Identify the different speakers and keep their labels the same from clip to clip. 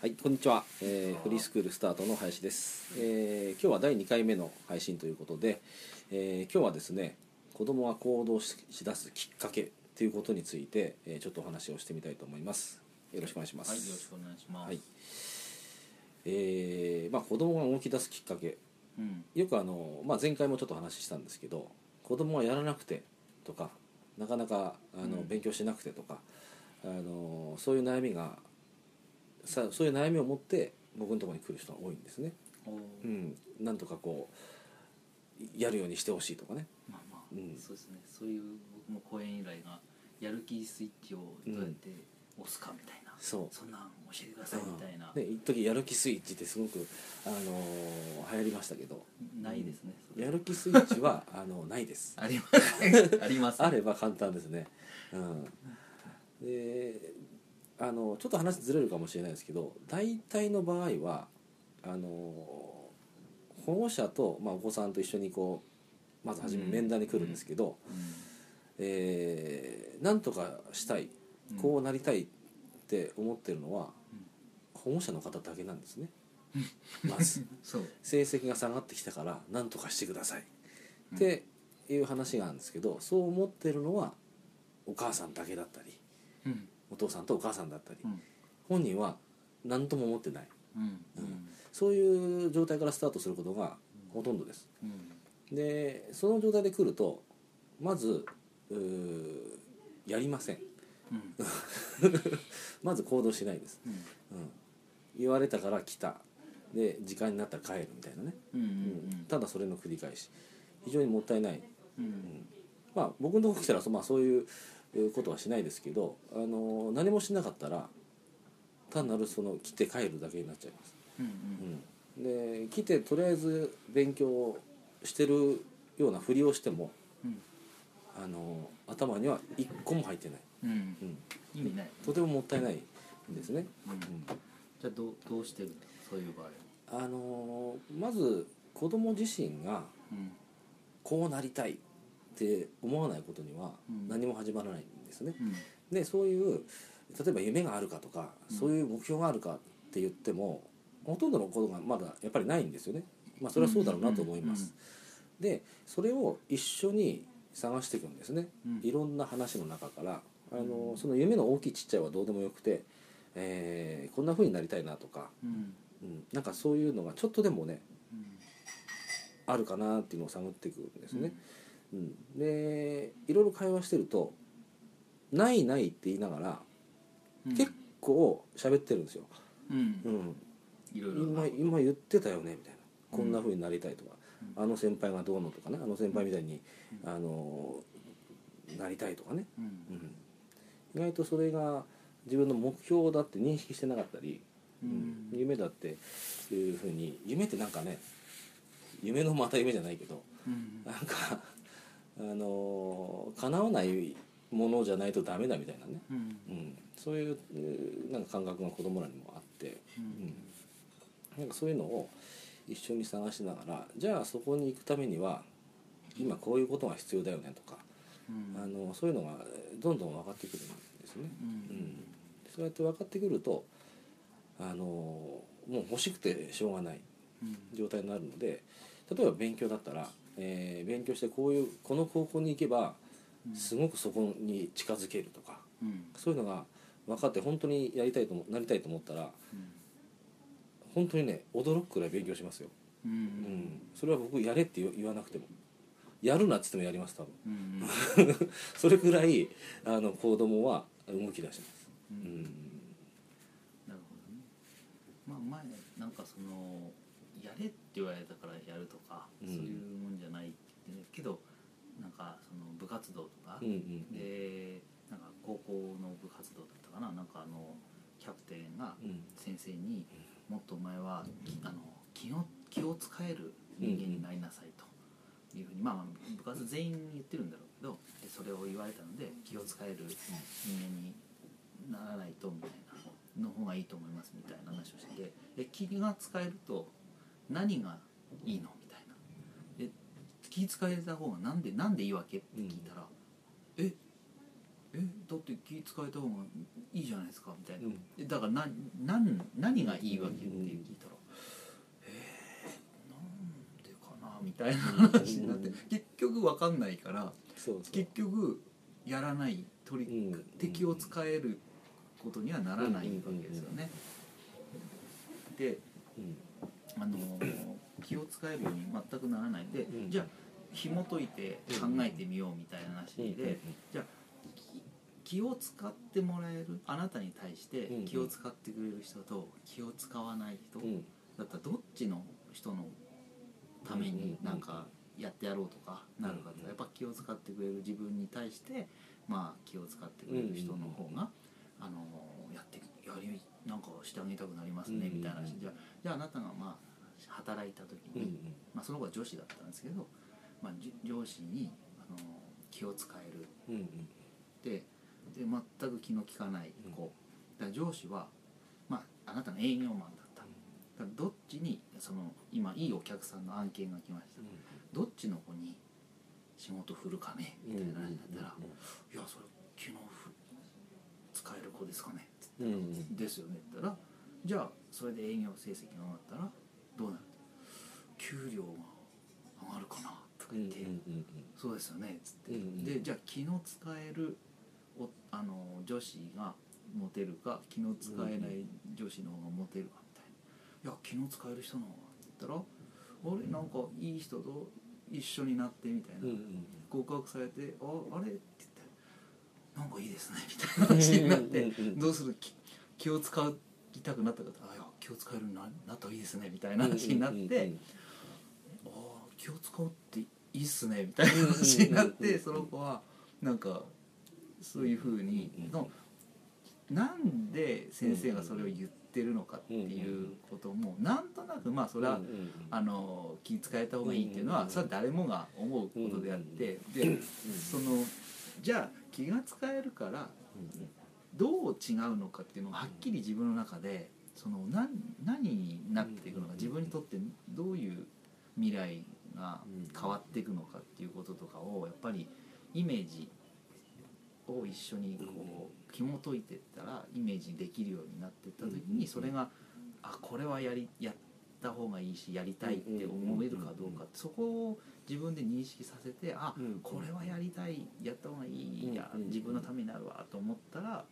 Speaker 1: はい、こんにちは、えーフリースクールスタートの林です、えー今日は第2回目の配信ということで、えー今日はですね子供は行動ししだすきっかけということについて、えーちょっとお話をしてみたいと思いますよろしくお願いします
Speaker 2: はい、よろしくお願いします。
Speaker 1: はいえーまあ、子供が動き出すきっかけ
Speaker 2: うん、
Speaker 1: よくあの、まあ、前回もちょっとお話ししたんですけど子供はやらなくてとかなかなかあの、
Speaker 2: うん
Speaker 1: 勉強しなくてとかあのそういう悩みがさそういう悩みを持って僕のところに来る人が多いんですね。
Speaker 2: おー
Speaker 1: うん、なんとかこうやるようにしてほしいとかね。
Speaker 2: まあまあ、
Speaker 1: うん
Speaker 2: そうですね。そういう僕も講演依頼がやる気スイッチをどうやって押すかみたいな、
Speaker 1: そう
Speaker 2: そんなん教えてくださいみたいな、
Speaker 1: うんね一時やる気スイッチってすごくあの流行りましたけど
Speaker 2: ないですね。それ
Speaker 1: やる気スイッチはあのないです。
Speaker 2: あります。あります。
Speaker 1: あれば簡単ですね。うん、であのちょっと話ずれるかもしれないですけど大体の場合はあの保護者と、まあ、お子さんと一緒にこうまず初め
Speaker 2: うん
Speaker 1: 面談に来るんですけど、えーなんとかしたい
Speaker 2: うん
Speaker 1: こうなりたいって思ってるのは、
Speaker 2: うん
Speaker 1: 保護者の方だけなん ですね。まず
Speaker 2: うん。そう。
Speaker 1: 成績が下がってきたからなんとかしてくださいっていう話があるんですけど、そう思ってるのはお母さんだけだったり
Speaker 2: うん。
Speaker 1: お父さんとお母さんだったり、
Speaker 2: うん。
Speaker 1: 本人は何とも思ってない
Speaker 2: うん。
Speaker 1: う
Speaker 2: うんん。
Speaker 1: そういう状態からスタートすることがほとんどです。
Speaker 2: うん。
Speaker 1: でその状態で来るとまずうーやりません
Speaker 2: うん。
Speaker 1: まず行動しないです、
Speaker 2: うん。
Speaker 1: うん、言われたから来たで時間になったら帰るみたいなね、
Speaker 2: うん。うん
Speaker 1: うんただそれの繰り返し非常にもったいない
Speaker 2: うん。
Speaker 1: まあ、僕のとこ来たらそ、まあ、そういうえーことはしないですけど、あのー何もしなかったら単なるその来て帰るだけになっちゃいます、
Speaker 2: うん。
Speaker 1: うん、で来てとりあえず勉強してるようなふりをしても、
Speaker 2: うん。
Speaker 1: あのー頭には一個も入ってない、
Speaker 2: うん
Speaker 1: う。ん、
Speaker 2: 意味ない。
Speaker 1: とてももったいないんですね、
Speaker 2: うん。
Speaker 1: うん
Speaker 2: じゃあどうどうしてるんだそういう場合は。
Speaker 1: あのーまず子供自身が
Speaker 2: うん。
Speaker 1: こうなりたいって思わないことには
Speaker 2: うん
Speaker 1: 何も始まらないんですね、
Speaker 2: うん。
Speaker 1: でそういう例えば夢があるかとか
Speaker 2: うん
Speaker 1: そういう目標があるかって言っても、ほとんどのことがまだやっぱりないんですよね、まあ、それはそうだろうなと思います、でそれを一緒に探していくんですね、
Speaker 2: うん
Speaker 1: いろんな話の中からあ
Speaker 2: う
Speaker 1: の
Speaker 2: ん
Speaker 1: その夢の大きいちっちゃいはどうでもよくて、えーこんな風になりたいなとか、
Speaker 2: うん。
Speaker 1: うん、なんかそういうのがちょっとでもね
Speaker 2: うん。
Speaker 1: あるかなっていうのを探っていくんですね、うん、でいろいろ会話してると「ないない」って言いながら
Speaker 2: うん。
Speaker 1: 結構喋ってるんですよ、
Speaker 2: うん
Speaker 1: う。ん、
Speaker 2: いろいろ
Speaker 1: 今
Speaker 2: な
Speaker 1: 今言ってたよねみたいな
Speaker 2: うん
Speaker 1: こんな風になりたいとか、
Speaker 2: うん
Speaker 1: あの先輩がどうのとかねあの先輩みたいに、
Speaker 2: うん
Speaker 1: あのなりたいとかね、
Speaker 2: う
Speaker 1: うんん、意外とそれが自分の目標だって認識してなかったり、
Speaker 2: うん
Speaker 1: 夢だっていう風に夢ってなんかね夢のまた夢じゃないけど
Speaker 2: うん
Speaker 1: なんかあの叶わないものじゃないとダメだみたいなね、
Speaker 2: うん
Speaker 1: うん、そういうえーなんか感覚が子供らにもあって
Speaker 2: うん
Speaker 1: なんかそういうのを一緒に探しながらじゃあそこに行くためには今こういうことが必要だよねとか、
Speaker 2: うん
Speaker 1: あのそういうのがえーどんどん分かってくるんですね。
Speaker 2: うん
Speaker 1: うん、そうやって分かってくるとあのもう欲しくてしょうがない
Speaker 2: うん
Speaker 1: 状態になるので例えば勉強だったら、えー勉強してこういうこの高校に行けばすごくそこに近づけるとか
Speaker 2: うん
Speaker 1: そういうのが分かって本当にやりたいともなりたいと思ったら本当にね驚くくらい勉強しますよ、
Speaker 2: うんう
Speaker 1: うんん、それは僕やれって言言わなくてもやるなっつってもやります多分
Speaker 2: うん
Speaker 1: それくらいあの子供は動き出します、
Speaker 2: う
Speaker 1: うんん、
Speaker 2: なるほどねまあ前なんかそのやれって言われたからやるとか
Speaker 1: う
Speaker 2: そ
Speaker 1: ん
Speaker 2: ういうもんじゃないって言ってねけどなんかその部活動とか
Speaker 1: うんうん
Speaker 2: でなんか高校の部活動だったかななんかあのキャプテンが
Speaker 1: うん
Speaker 2: 先生に「もっとお前はきあの気を気を使える人間になりなさい」というふうに、まあ、まあ部活全員に言ってるんだろうけどでそれを言われたので気を使える人間にならないとみたいなの方がいいと思いますみたいな話をしててで気が使えると何がいいのみたいなで気使えた方がなんでなんでいいわけって聞いたら「ええだって気使えた方がいいじゃないですかみたいな、
Speaker 1: うん
Speaker 2: えだからななん何がいいわけって聞いたら、えーなんでかなみたいな話になって、
Speaker 1: うん
Speaker 2: 結局分かんないから
Speaker 1: そうそう
Speaker 2: 結局やらないトリック、
Speaker 1: うん
Speaker 2: 敵を使えることにはならないわけですよね。で
Speaker 1: うん
Speaker 2: あの気を使えるように全くならないで、
Speaker 1: うん
Speaker 2: じゃあ紐解いて考えてみようみたいな話で、気を使ってもらえるあなたに対して
Speaker 1: うんうん
Speaker 2: 気を使ってくれる人と気を使わない人
Speaker 1: うんうん
Speaker 2: だったらどっちの人のため
Speaker 1: うんうん
Speaker 2: に
Speaker 1: うん
Speaker 2: なんかやってやろうとかなるか
Speaker 1: うんう
Speaker 2: と
Speaker 1: ん
Speaker 2: やっぱ気を使ってくれる自分に対してまあ気を使ってくれる人の方があのやってやりなんかしてあげたくなりますねみたいな
Speaker 1: うんうんう
Speaker 2: 話
Speaker 1: ん
Speaker 2: じゃあじゃああなたがまあ働いた時
Speaker 1: うんう
Speaker 2: に
Speaker 1: ん
Speaker 2: まあ、その子は女子だったんですけど、まあ、じ上司にあの気を使える
Speaker 1: うん
Speaker 2: でで全く気の利かない子、
Speaker 1: う
Speaker 2: だから上司は、まあ、あなたの営業マンだっただからどっちにその今いいお客さんの案件が来ましたどっちの子に仕事振るかねみたいな話になったら「いやそれ気のふ使える子ですかね」って
Speaker 1: うんうんうん
Speaker 2: ですよねって言ったらじゃあそれで営業成績が上がったらどうなる給料が上がるかなとか
Speaker 1: うんうんうんうんうん
Speaker 2: 言って、そうですよねっつって、
Speaker 1: うんうん
Speaker 2: でじゃあ気の使えるおあの女子がモテるか気の使えない女子の方がモテるかみたいな「いや気の使える人の方が」って言ったら「あれなんかいい人と一緒になって」みたいな、
Speaker 1: うんうん
Speaker 2: 告白されて「ああれ?」って言って「なんかいいですね」みたいな話になっ
Speaker 1: うん
Speaker 2: て
Speaker 1: うんうん
Speaker 2: どうする気気を使いたくなったかとあいや気を使えるようにななったらいいですね」みたいな話になって「ああ気を使うっていいっすね」みたいな話になっ
Speaker 1: うんうんうんう
Speaker 2: て
Speaker 1: ん
Speaker 2: その子はなんかそういうふうに
Speaker 1: うんうん
Speaker 2: のなんで先生がそれを言ってるのかっていうこともなんとなくまあそれは
Speaker 1: うんうんうん
Speaker 2: あの気遣えた方がいいっていうの
Speaker 1: う
Speaker 2: は
Speaker 1: ん
Speaker 2: それは誰もが思うことであってでそのじゃあ気が使えるからどう違うのかっていうのがはっきり自分の中でその何何になっていくの
Speaker 1: うん
Speaker 2: か自分にとってどういう未来が変わっていくのかっていうこととかをやっぱりイメージを一緒にこう紐解いてったらイメージできるようになってった時
Speaker 1: うんうん
Speaker 2: にそれがあこれはやりやった方がいいしやりたいって思えるかどうかってそこを自分で認識させてあ
Speaker 1: うん
Speaker 2: これはやりたいやった方がいいや
Speaker 1: うんうん
Speaker 2: 自分のためになるわと思ったら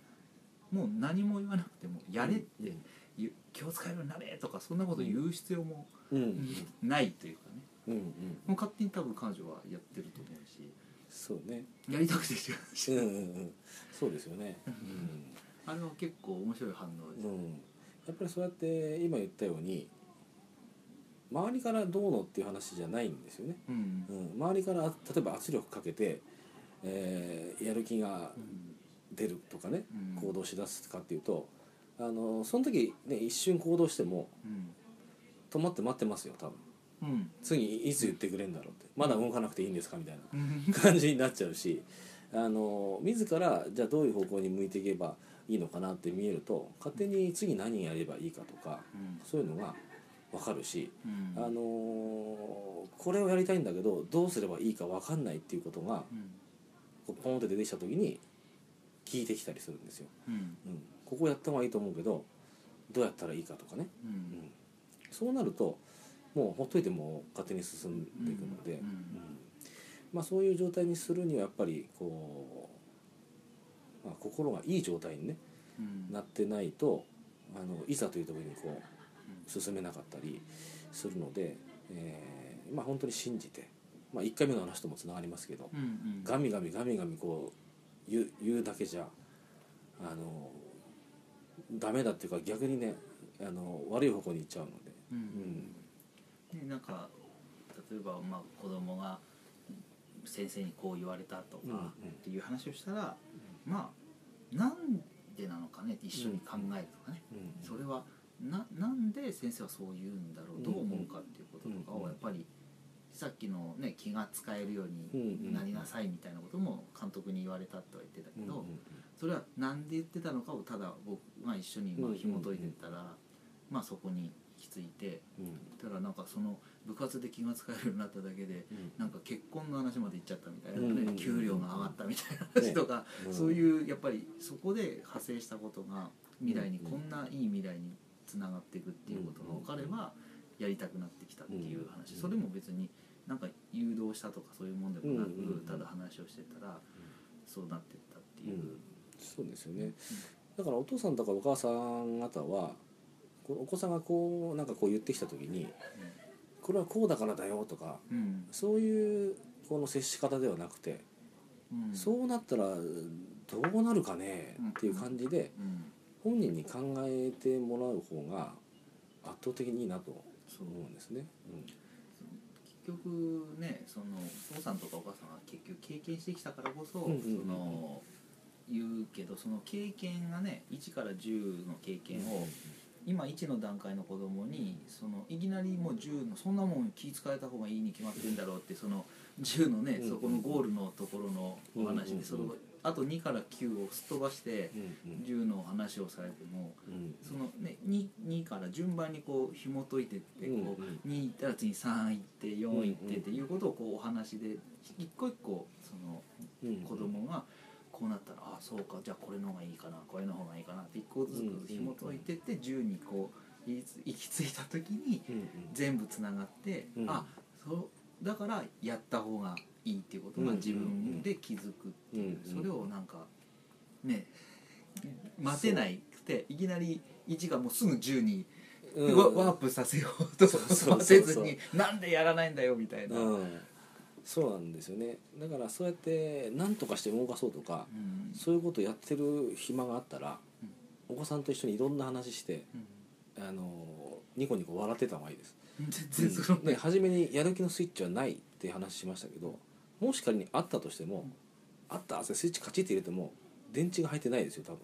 Speaker 2: もう何も言わなくても「やれ」って言う「気を使えるようになれ」とかそんなこと言う必要も
Speaker 1: うんうん
Speaker 2: ないというかね
Speaker 1: うんうん
Speaker 2: もう勝手に多分彼女はやってると思うし
Speaker 1: そうね
Speaker 2: やりたくてしう
Speaker 1: うん
Speaker 2: し
Speaker 1: うんうんそうですよね
Speaker 2: あれは結構面白い反応です
Speaker 1: う、んやっぱりそうやって今言ったように周りからどうのっていう話じゃないんですよね
Speaker 2: うん
Speaker 1: うん、周りからあ例えば圧力かけて、えーやる気が
Speaker 2: うん
Speaker 1: 出るとかね、
Speaker 2: うん
Speaker 1: 行動しだすかっていうとあのその時、ね、一瞬行動しても
Speaker 2: うん
Speaker 1: 止まって待ってますよ多分
Speaker 2: うん
Speaker 1: 次いつ言ってくれるんだろうってまだ動かなくていいんですかみたいな
Speaker 2: うん
Speaker 1: 感じになっちゃうしあの自らじゃあどういう方向に向いていけばいいのかなって見えると勝手に次何やればいいかとかそういうのが分かるし。
Speaker 2: うん
Speaker 1: あのーこれをやりたいんだけどどうすればいいか分かんないっていうことが
Speaker 2: うん
Speaker 1: こうポンって出てきた時に聞いてきたりするんですよ、
Speaker 2: うん
Speaker 1: うん、ここやった方がいいと思うけどどうやったらいいかとかね、
Speaker 2: う
Speaker 1: うんん、そうなるともうほっといても勝手に進んでいくので、
Speaker 2: うん
Speaker 1: まあ、そういう状態にするにはやっぱりこう、まあ、心がいい状態に、ね、
Speaker 2: うん
Speaker 1: なってないとあのいざという時にこう
Speaker 2: うん
Speaker 1: 進めなかったりするので、えーまあ本当に信じて、まあ、1回目の話ともつながりますけど、
Speaker 2: うんうん
Speaker 1: ガミガミガミガミこう言う言うだけじゃあのダメだっていうか逆にねあの悪い方向に行っちゃうので、
Speaker 2: うんでなんか例えば、まあ、子供が先生にこう言われたと
Speaker 1: うんうん
Speaker 2: かっていう話をしたら、まあなんでなのかねって一緒に考えるとかね、
Speaker 1: うん
Speaker 2: それはななんで先生はそう言うんだろうどう思うかっていうこととか
Speaker 1: うんうん
Speaker 2: をやっぱりさっきの、ね、気が使えるよう
Speaker 1: うんうん
Speaker 2: になりなさいみたいなことも監督に言われたとは言ってたけど。
Speaker 1: うん
Speaker 2: それはなんで言ってたのかをただ僕が一緒にまあ紐解いてったら、まあそこにき継いで
Speaker 1: うん
Speaker 2: たらなんかその部活で気が使えるようになっただけで
Speaker 1: うん
Speaker 2: なんか結婚の話までいっちゃったみたいな
Speaker 1: うんうんう
Speaker 2: ね
Speaker 1: ん
Speaker 2: 給料が上がったみたいな話とか
Speaker 1: うん
Speaker 2: そういうやっぱりそこで派生したことが未来にこんないい未来につながっていくっていうことが分かればやりたくなってきたっていう
Speaker 1: う
Speaker 2: 話
Speaker 1: ん
Speaker 2: それも別になんか誘導したとかそういうもんでもな
Speaker 1: うんうんうん。
Speaker 2: くただ話をしてたらそうなってったっていううん
Speaker 1: そうですよねだからお父さんとかお母さん方はこうお子さんがこうなんかこう言ってきた時にこれはこうだからだよとか
Speaker 2: うん
Speaker 1: そういうこの接し方ではなくて、
Speaker 2: うん
Speaker 1: そうなったらどうなるかねっていう感じで
Speaker 2: うん
Speaker 1: 本人に考えてもらう方が圧倒的にいいなと
Speaker 2: そう
Speaker 1: 思うんですね。
Speaker 2: 結局ねそのお父さんとかお母さんは結局経験してきたからこそ、
Speaker 1: うんうんうん
Speaker 2: その言うけどその経験がね1から10の経験を、今1の段階の子供にそのいきなりもう10のそんなもん気使えた方がいいに決まってんだろうってその10のね
Speaker 1: うんうん
Speaker 2: そこのゴールのところのお
Speaker 1: うんうんう
Speaker 2: 話で
Speaker 1: ん
Speaker 2: そのあと2から9をすっ飛ばして
Speaker 1: うんうん
Speaker 2: 10の話をされても。
Speaker 1: うん
Speaker 2: そのね 2, 2から順番にこう紐解いてってこう、
Speaker 1: うんうん
Speaker 2: 2行ったら次に3行って4行っ
Speaker 1: うんう
Speaker 2: て
Speaker 1: ん
Speaker 2: っていうことをこうお話で一個一個その
Speaker 1: うん
Speaker 2: 子供がこうなったら、ああそうかじゃあこれの方がいいかなこれの方がいいかなって一個ずつ紐解いてって10にこう行き着いた時に
Speaker 1: うんうん
Speaker 2: 全部つながって、
Speaker 1: うん
Speaker 2: あそうだからやった方がいいっていうことが自分で気づくっていう、
Speaker 1: うんうん
Speaker 2: それをなんかね待てないくていきなり1がもうすぐ10に
Speaker 1: う
Speaker 2: ワ,、
Speaker 1: ん
Speaker 2: ワープさせようと
Speaker 1: そうそうそう
Speaker 2: 待てずになんでやらないんだよみたいな。うん
Speaker 1: うんそうなんですよねだからそうやって何とかして動かそうとかそういうことやってる暇があったらお子さんと一緒にいろんな話して
Speaker 2: うん
Speaker 1: あのニコニコ笑ってた方がいいです。
Speaker 2: 全然その
Speaker 1: ね、初めにやる気のスイッチはないって話しましたけどもし仮にあったとしても、あったってスイッチカチッて入れても電池が入ってないですよ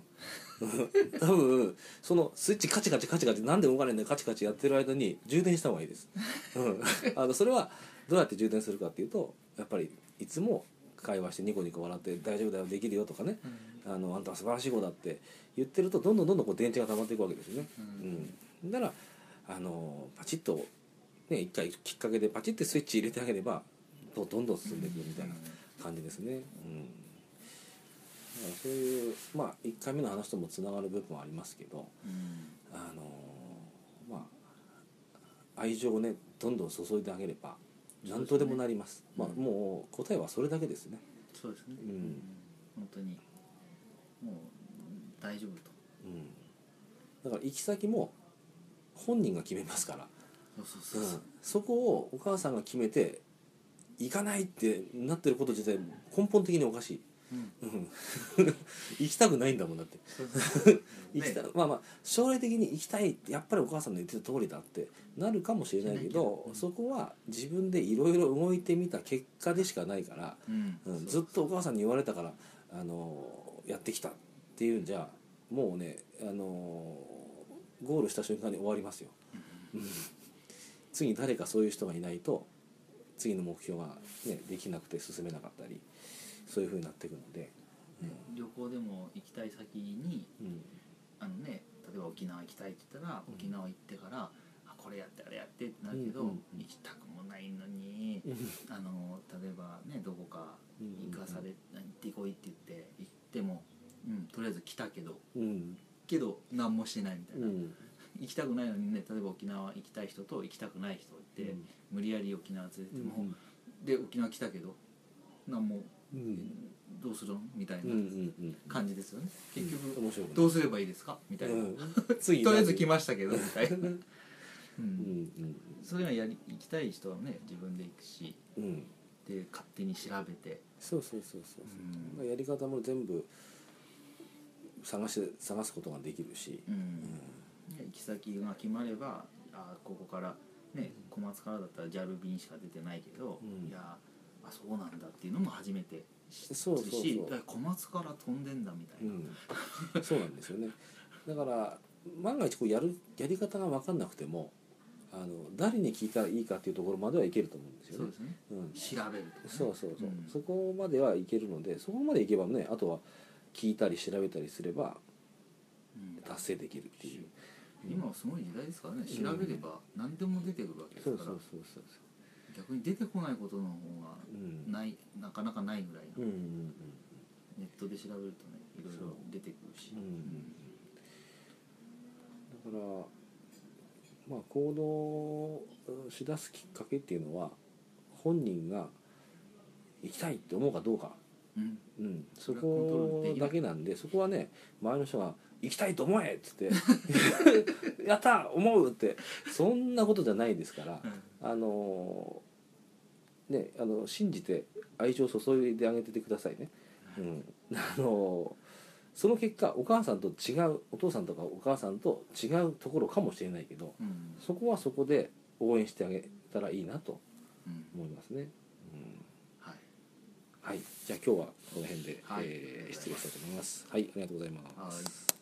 Speaker 1: 多分 多分そのスイッチカチカチカチカチなんで動かないんだよカチカチやってる間に充電した方がいいです、うん、あのそれはどうやって充電するかっていうとやっぱりいつも会話してニコニコ笑って「大丈夫だよできるよ」とかね「あのあんたは素晴らしい子だ」って言ってるとどんどんどんどんこう電池が溜まっていくわけですよね。
Speaker 2: うん
Speaker 1: うん、だからあのパチッとね一回きっかけでパチッてスイッチ入れてあげればどどんどん進んでいくみたいな感じですね。うんだからそういうまあ1回目の話ともつながる部分はありますけど
Speaker 2: うん
Speaker 1: あのまあ愛情をねどんどん注いであげれば何とでもなります。
Speaker 2: そうですね
Speaker 1: まあもう答えはそれだけですね。
Speaker 2: そうですね、
Speaker 1: うん
Speaker 2: 本当にもう大丈夫と
Speaker 1: うん、だから行き先も本人が決めますから。、
Speaker 2: そうそううん
Speaker 1: そこをお母さんが決めて行かないってなってること自体根本的におかしい、
Speaker 2: うん
Speaker 1: うん 行きたくないんだもんだって
Speaker 2: そうそう
Speaker 1: 行きた、
Speaker 2: ね
Speaker 1: まあまあ将来的に行きたいってやっぱりお母さんの言ってた通りだってなるかもしれないけど、
Speaker 2: うん
Speaker 1: そこは自分でいろいろ動いてみた結果でしかないから、
Speaker 2: うん
Speaker 1: うん、ずっとお母さんに言われたからあのやってきたっていうんじゃもうねあのゴールした瞬間に終わりますよ。次に誰かそういう人がいないと次の目標が、ね、できなくて進めなかったりそういうふうになっていくので、
Speaker 2: ね旅行でも行きたい先に
Speaker 1: うん
Speaker 2: あのね例えば沖縄行きたいって言ったら
Speaker 1: うん
Speaker 2: 沖縄行ってから、あこれやってあれやってってなるけど、
Speaker 1: うんうんうん
Speaker 2: 行きたくもないのにあの例えばねどこか行かされ、行ってこいって言って行っても、うん、とりあえず来たけど
Speaker 1: うん
Speaker 2: けど何もしてないみたいうな、
Speaker 1: ん
Speaker 2: 行きたくないのにね例えば沖縄行きたい人と行きたくない人いて、
Speaker 1: うん
Speaker 2: 無理やり沖縄連れても、
Speaker 1: うん
Speaker 2: で沖縄来たけど何も、
Speaker 1: うん
Speaker 2: どうするのみたい
Speaker 1: うんう
Speaker 2: なん感じですよね、結
Speaker 1: うん
Speaker 2: 局
Speaker 1: 面白いね
Speaker 2: どうすればいいですかみたいな、
Speaker 1: うん次
Speaker 2: とりあえず来
Speaker 1: ま
Speaker 2: ましたけどみた いな、う
Speaker 1: うん
Speaker 2: ん、
Speaker 1: うん
Speaker 2: それはやり行きたい人はね自分で行くし
Speaker 1: うん
Speaker 2: で勝手に調べて、
Speaker 1: そうそうそうそう
Speaker 2: うん
Speaker 1: やり方も全部探して探すことができるし、
Speaker 2: うんね行き先が決まればあここからね小松からだったら JAL 便しか出てないけど、
Speaker 1: うん
Speaker 2: いやあそうなんだっていうのも初めて知るし
Speaker 1: そうそうそう
Speaker 2: だから小松から飛んでんだみたいな、
Speaker 1: うん、そうなんですよねだから万が一こうやるやり方が分かんなくてもあの誰に聞いたらいいかっていうところまではいけると思うんですよ
Speaker 2: そう
Speaker 1: ね
Speaker 2: ですね
Speaker 1: うん
Speaker 2: 調べるとかね
Speaker 1: そうそうそう、
Speaker 2: うん
Speaker 1: そこまではいけるのでそこまでいけばねあとは聞いたり調べたりすれば
Speaker 2: うん
Speaker 1: 達成できるっていう
Speaker 2: 今はすごい時代ですからね
Speaker 1: ん
Speaker 2: 調べれば何でも出てくるわけです
Speaker 1: そう
Speaker 2: か
Speaker 1: そ
Speaker 2: ら
Speaker 1: うそうそう
Speaker 2: 逆に出てこないことの方が
Speaker 1: うん
Speaker 2: ないなかなかないぐらい
Speaker 1: うんうん
Speaker 2: の
Speaker 1: うん
Speaker 2: ネットで調べるとねいろいろ出てくるし
Speaker 1: うんうんだからまあ行動をしだすきっかけっていうのは本人が行きたいって思うかどうか、
Speaker 2: うん
Speaker 1: うん、そ
Speaker 2: それはコントロール
Speaker 1: こ
Speaker 2: できな
Speaker 1: だ
Speaker 2: い
Speaker 1: けなんでそこはね周りの人が「行きたいと思え!」っつ って「やった思う!」ってそんなことじゃないですから
Speaker 2: う。ん
Speaker 1: あのーねあの信じて愛情を注いであげててくださいね、うん、あのーその結果お母さんと違うお父さんとかお母さんと違うところかもしれないけど
Speaker 2: うん
Speaker 1: そこはそこで応援してあげたらいいなと
Speaker 2: うん
Speaker 1: 思いますね、うん、
Speaker 2: はい
Speaker 1: はいじゃあ今日はこの辺で、
Speaker 2: はい
Speaker 1: えー失礼したいと思いますはいありがとうございます
Speaker 2: はい